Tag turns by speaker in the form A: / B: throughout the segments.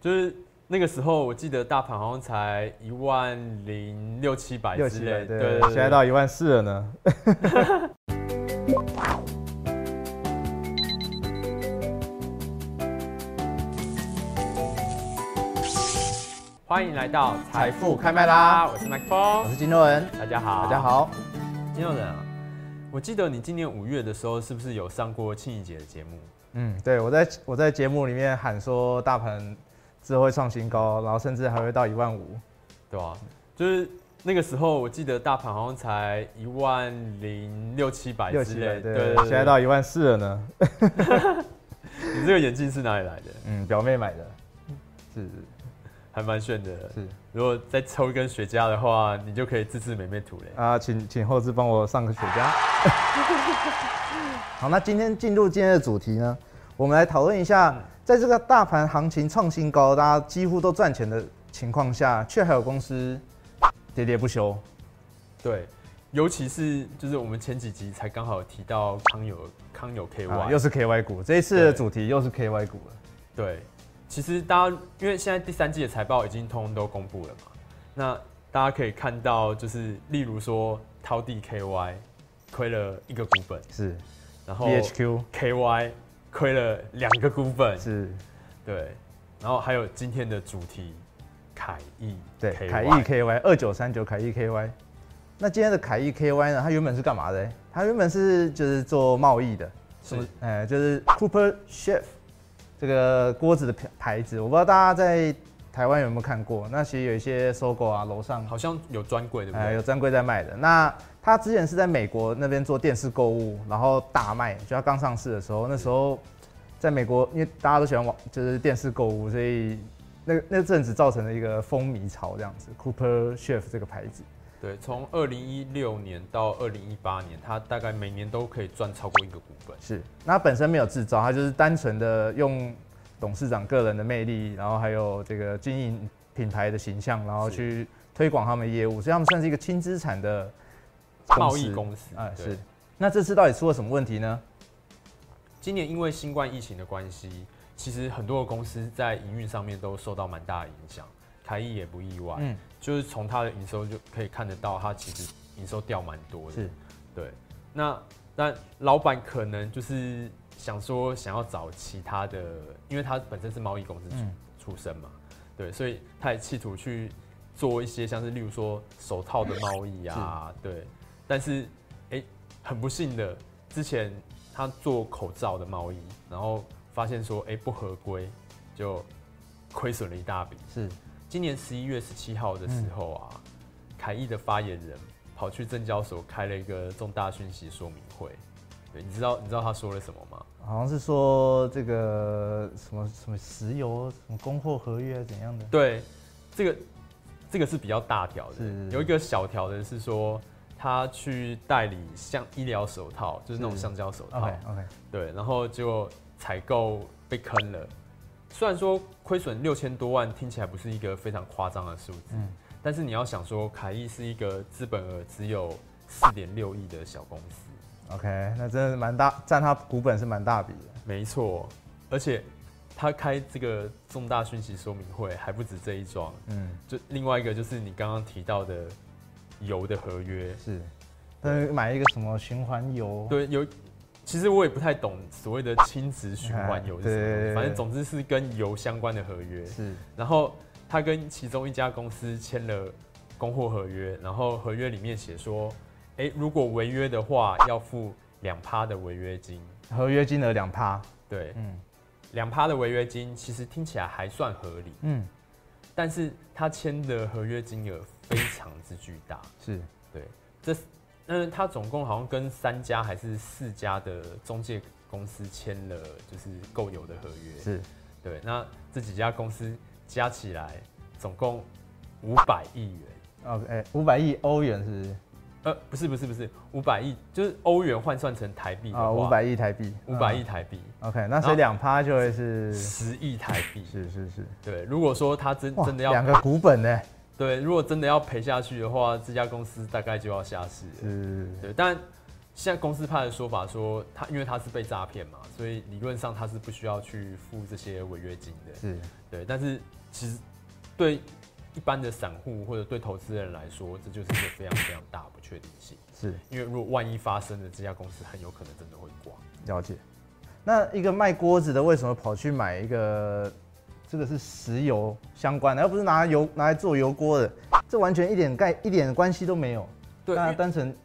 A: 就是那个时候我记得大盘好像才一万零六七百
B: 六
A: 之
B: 七
A: 类
B: 百，
A: 的，对，
B: 对，现在到一万四了呢。
A: 欢迎来到财富
B: 开麦
A: 啦，！我是麦克
B: 我
A: 风，
B: 是金诺文，
A: 大家好，
B: 大家，好。
A: 金牛人啊，我记得你今年五月的时候是不是有上过庆怡姐的节目？
B: 嗯，对我在我在节目里面喊说大盘之后会创新高，然后甚至还会到一万五。
A: 对啊，就是那个时候我记得大盘好像才一万零六七百
B: 六
A: 之
B: 七
A: 类
B: 百，
A: 的，
B: 对，现在到一万四了呢。
A: 你这个眼镜是哪里来的？
B: 嗯，表妹买的，是
A: 还蛮炫的。
B: 是
A: 如果再抽一根雪茄的话，你就可以自制美妹图嘞。
B: 啊，请请后置帮我上个雪茄。 好，那今天进入今天的主题呢，我们来讨论一下，在这个大盘行情创新高，大家几乎都赚钱的情况下，却还有公司喋喋不休。
A: 对，尤其是就是我们前几集才刚好提到康友康友 KY，、
B: 啊，又是 KY 股，这一次的主题又是 KY 股了。
A: 对，其实大家因为现在第三季的财报已经通通都公布了嘛，那大家可以看到，就是例如说涛地 KY 亏了一个股本，
B: 是
A: 然后
B: BHQ
A: KY 亏了两个股本，
B: 是
A: 对，然后还有今天的主题凯翼，
B: 对
A: KY
B: 凯翼 KY 二九三九凯翼 KY。那今天的凯翼 KY 呢？它原本是干嘛的欸？它原本是就是做贸易的，
A: 是
B: 哎，就是 Cooper Chef 这个锅子的牌牌子，我不知道大家在台湾有没有看过。那其实有一些搜狗啊，楼上
A: 好像有专柜对不
B: 哎有
A: 对？
B: 专柜在卖的。那他之前是在美国那边做电视购物，然后大卖，就他刚上市的时候，那时候在美国，因为大家都喜欢网就是电视购物，所以那那阵子造成了一个风靡潮这样子。Cooper Chef 这个牌子，
A: 对，从二零一六年到二零一八年，它大概每年都可以赚超过一个股本。
B: 是，那它本身没有制造，它就是单纯的用董事长个人的魅力，然后还有这个经营品牌的形象，然后
A: 是
B: 去推广他们的业务，所以他们算是一个轻资产的
A: 贸易公司
B: 啊、
A: 对
B: 是。那这次到底出了什么问题呢？
A: 今年因为新冠疫情的关系，其实很多的公司在营运上面都受到蛮大的影响，凯翼也不意外。
B: 嗯，
A: 就是从它的营收就可以看得到，它其实营收掉蛮多的。
B: 是，
A: 对。那那老板可能就是想说想要找其他的，因为他本身是贸易公司出、
B: 嗯
A: 出身嘛，对，所以他也企图去做一些像是例如说手套的贸易啊，对。但是哎、诶很不幸的，之前他做口罩的贸易，然后发现说哎、诶不合规，就亏损了一大笔。
B: 是
A: 今年十一月十七号的时候
B: 嗯
A: 啊，凯翼的发言人跑去证交所开了一个重大讯息说明会。对，你知道你知道他说了什么吗？
B: 好像是说这个什么什么石油什么供货合约怎样的？
A: 对，这个这个是比较大条的
B: 是，
A: 有一个小条的是说他去代理像医疗手套，就是那种
B: 是
A: 橡胶手套
B: OK，OK，
A: 对，然后就采购被坑了。虽然说亏损六千多万听起来不是一个非常夸张的数字，
B: 嗯
A: 但是你要想说，凯翼是一个资本额只有四点六亿的小公司，
B: OK，那真的是蛮大，占它股本是蛮大笔的。
A: 没错，而且他开这个重大讯息说明会还不止这一桩，
B: 嗯，
A: 就另外一个就是你刚刚提到的油的合约，
B: 是，但是买一个什么循环油，
A: 对，有。其实我也不太懂所谓的亲子循环油是什么
B: 哎
A: 东
B: 对对对
A: 西，
B: 对
A: 反正总之是跟油相关的合约。
B: 是
A: 然后他跟其中一家公司签了供货合约，然后合约里面写说，诶，如果违约的话，要付两趴的违约金。
B: 合约金额两趴。
A: 对，
B: 嗯
A: 两趴的违约金其实听起来还算合理，
B: 嗯，
A: 但是他签的合约金额非常之巨大。
B: 是
A: 对，这嗯，他总共好像跟三家还是四家的中介公司签了就是购油的合约。
B: 是
A: 对，那这几家公司加起来总共五百亿元。
B: ，OK，五哦哎百亿欧元是不是
A: 呃，不是不是不是，五百亿就是欧元换算成台币的
B: 啊，
A: 话，
B: 五百亿台币，
A: 五百
B: 嗯
A: 亿台币，
B: OK，那所以两趴就会是
A: 十亿台币。
B: 是是是，
A: 对，如果说他真
B: 哇
A: 真的
B: 两
A: 要
B: 个股本呢，
A: 对，如果真的要赔下去的话，这家公司大概就要下市了。
B: 是
A: 对，但现在公司派的说法说，他因为他是被诈骗嘛，所以理论上他是不需要去付这些违约金的。
B: 是
A: 对，但是其实对一般的散户或者对投资人来说，这就是一个非常非常大的不确定性。
B: 是
A: 因为如果万一发生了，这家公司很有可能真的会挂。
B: 了解。那一个卖锅子的为什么跑去买一个这个是石油相关的，而不是拿油拿来做油锅的？这完全一点概一点关系都没有。
A: 对，
B: 那
A: 因为
B: 单纯、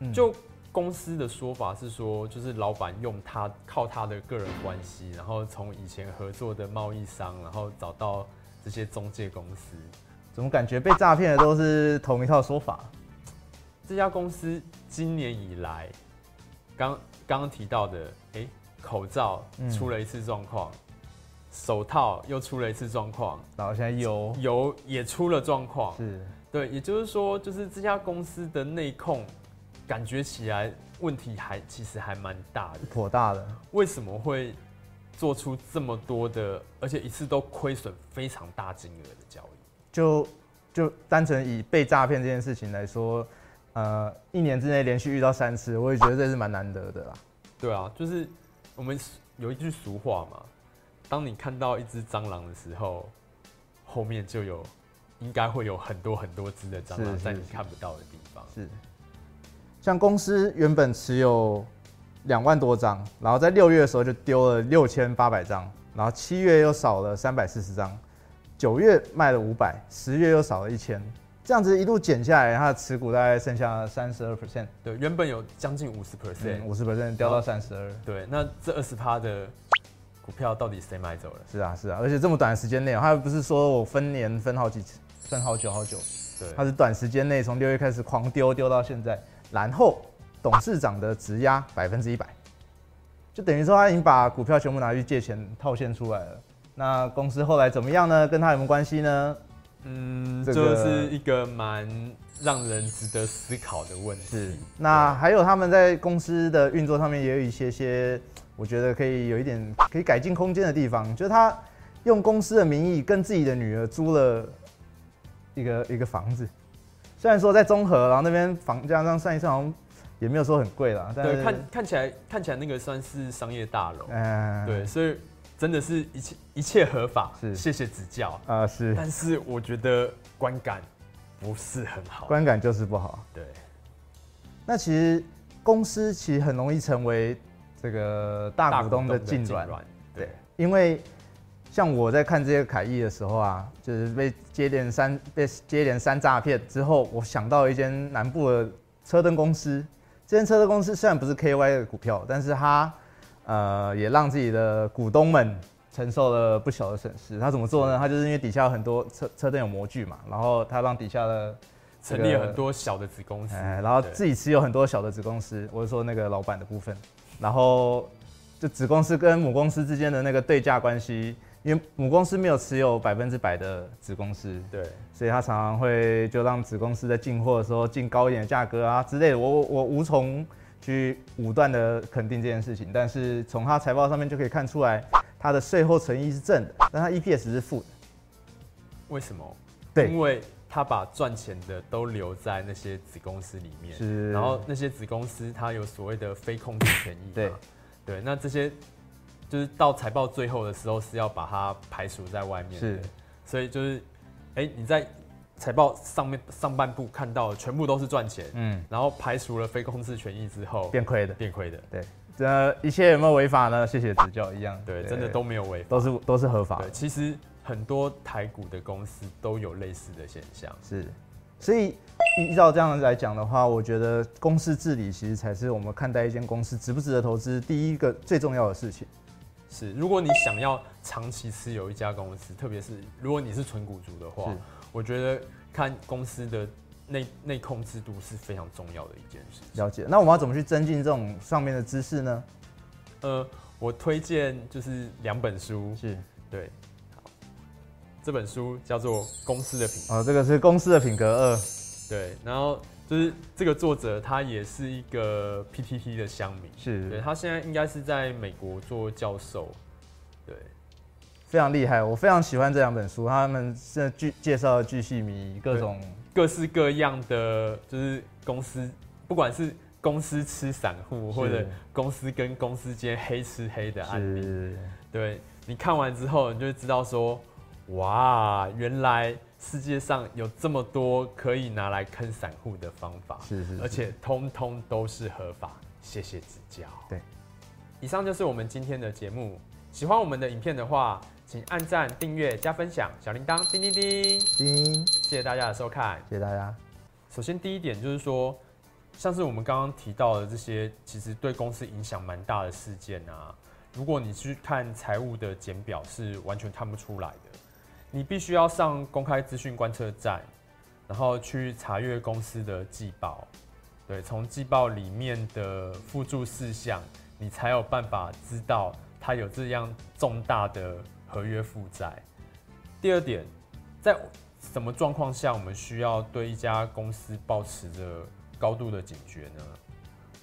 B: 嗯
A: 就公司的说法是说，就是老板用他靠他的个人关系，然后从以前合作的贸易商，然后找到这些中介公司。
B: 怎么感觉被诈骗的都是同一套说法？
A: 这家公司今年以来，刚刚刚提到的，哎、口罩
B: 嗯
A: 出了一次状况，手套又出了一次状况，
B: 然后现在油
A: 油也出了状况。
B: 是
A: 对，也就是说，就是这家公司的内控，感觉起来问题还其实还蛮大的。
B: 颇大的，
A: 为什么会做出这么多的，而且一次都亏损非常大金额的交易？
B: 就就单纯以被诈骗这件事情来说，呃，一年之内连续遇到三次，我也觉得这是蛮难得的啦。
A: 对啊，就是我们有一句俗话嘛，当你看到一只蟑螂的时候，后面就有应该会有很多很多只的蟑螂
B: 是
A: 在
B: 是
A: 你
B: 是
A: 看不到的地方。
B: 是，像公司原本持有两万多张，然后在六月的时候就丢了六千八百张，然后七月又少了三百四十张，九月卖了五百，十月又少了一千，这样子一路减下来，它的持股大概剩下三十二 percent，嗯
A: 对，原本有将近五十 percent，
B: 五十 percent 掉到三十二。
A: 对，那这二十趴的股票到底谁买走了？
B: 是啊，是啊，而且这么短的时间内哦，它又不是说我分年分好几次，分好久好久，
A: 对，
B: 它是短时间内从六月开始狂丢丢到现在，然后董事长的质押百分之一百，就等于说他已经把股票全部拿去借钱套现出来了。那公司后来怎么样呢？跟他有没有关系呢？
A: 嗯，
B: 这
A: 就
B: 个
A: 是一个蛮让人值得思考的问题。
B: 那还有他们在公司的运作上面也有一些些，我觉得可以有一点可以改进空间的地方，就是他用公司的名义跟自己的女儿租了一个一个房子，虽然说在中和，然后那边房价上算一算好像也没有说很贵啦，但
A: 对，
B: 是
A: 看看起来看起来那个算是商业大楼，
B: 嗯、
A: 对，所以真的是一切一切合法，
B: 是
A: 谢谢指教。
B: 呃是
A: 但是我觉得观感不是很好，
B: 观感就是不好。
A: 对，
B: 那其实公司其实很容易成为这个大股东的痉挛。，
A: 对，
B: 因为像我在看这些凯翼的时候啊，就是被接连三被接连三诈骗之后，我想到一间南部的车灯公司。这间车灯公司虽然不是 KY 的股票，但是它呃也让自己的股东们承受了不小的损失。他怎么做呢？他就是因为底下有很多车车灯有模具嘛，然后他让底下的
A: 成立了
B: 这个
A: 很多小的子公司，
B: 哎，然后
A: 对
B: 自己持有很多小的子公司，我是说那个老板的部分，然后就子公司跟母公司之间的那个对价关系，因为母公司没有持有百分之百的子公司，
A: 对
B: 所以他常常会就让子公司在进货的时候进高一点的价格啊之类的，我我我无从去武断的肯定这件事情，但是从他财报上面就可以看出来，他的税后存益是正的，但他 EPS 是负的，
A: 为什么？
B: 对
A: 因为他把赚钱的都留在那些子公司里面，
B: 是
A: 然后那些子公司它有所谓的非控制权益嘛，
B: 对
A: 对，那这些就是到财报最后的时候是要把它排除在外面的
B: 是，
A: 所以就是，哎、你在财报上面上半部看到的全部都是赚钱，
B: 嗯，
A: 然后排除了非控制权益之后
B: 变亏的，
A: 变亏的，
B: 对，这一切有没有违法呢？谢谢指教一样，
A: 对，真的都没有违法。
B: 都是都是合法
A: 对，
B: 的，
A: 其实很多台股的公司都有类似的现象。
B: 是。所以依照这样来讲的话，我觉得公司治理其实才是我们看待一间公司值不值得投资第一个最重要的事情。
A: 是，如果你想要长期持有一家公司，特别是如果你是纯股族的话
B: 是，
A: 我觉得看公司的内内控制度是非常重要的一件事情。
B: 了解。那我们要怎么去增进这种上面的知识呢？
A: 呃，我推荐就是两本书，
B: 是。
A: 对，好这本书叫做《公司的品
B: 哦，这个是公司的品格二。
A: 对，然后就是这个作者他也是一个 PTT 的乡民，对
B: 是。
A: 他现在应该是在美国做教授，对，
B: 非常厉害，我非常喜欢这两本书，他们是巨介绍的巨细靡遗，各种
A: 各式各样的就是公司，不管是公司吃散户，
B: 是
A: 或者公司跟公司间黑吃黑的案例，
B: 是
A: 对你看完之后，你就会知道说，哇，原来世界上有这么多可以拿来坑散户的方法，
B: 是是是
A: 而且通通都是合法。谢谢指教。
B: 对，
A: 以上就是我们今天的节目。喜欢我们的影片的话，请按赞、订阅、加分享，小铃铛叮叮叮。
B: 叮，
A: 谢谢大家的收看。
B: 谢谢大家。
A: 首先第一点就是说，像是我们刚刚提到的这些，其实对公司影响蛮大的事件啊。如果你去看财务的简表，是完全看不出来的。你必须要上公开资讯观测站，然后去查阅公司的季报，对，从季报里面的附注事项，你才有办法知道它有这样重大的合约负债。第二点，在什么状况下我们需要对一家公司保持着高度的警觉呢？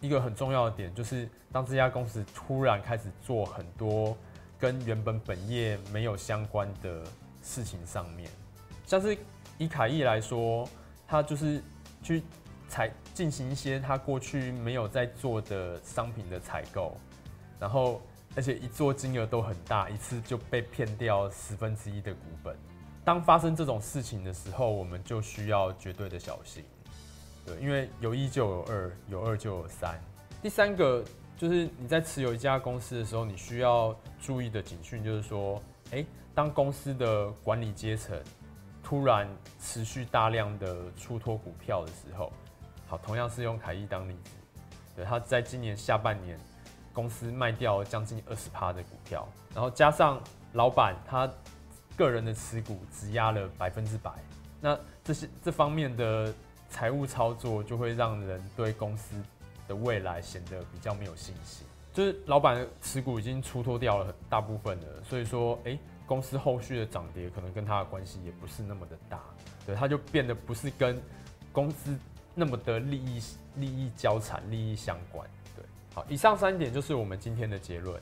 A: 一个很重要的点就是，当这家公司突然开始做很多跟原本本业没有相关的事情上面，像是以凯翼来说，他就是去采进行一些他过去没有在做的商品的采购，然后而且一做金额都很大，一次就被骗掉十分之一的股本。当发生这种事情的时候，我们就需要绝对的小心。对，因为有一就有二，有二就有三。第三个就是你在持有一家公司的时候，你需要注意的警讯就是说，诶，当公司的管理阶层突然持续大量的出脱股票的时候，好，同样是用凯翼当例子，对，他在今年下半年公司卖掉了将近二十趴的股票，然后加上老板他个人的持股质押了百分之百，那这些这方面的财务操作就会让人对公司的未来显得比较没有信心。就是老板的持股已经出脱掉了大部分了，所以说，诶，公司后续的涨跌可能跟他的关系也不是那么的大，对，他就变得不是跟公司那么的利益利益交缠、利益相关。对，好，以上三点就是我们今天的结论。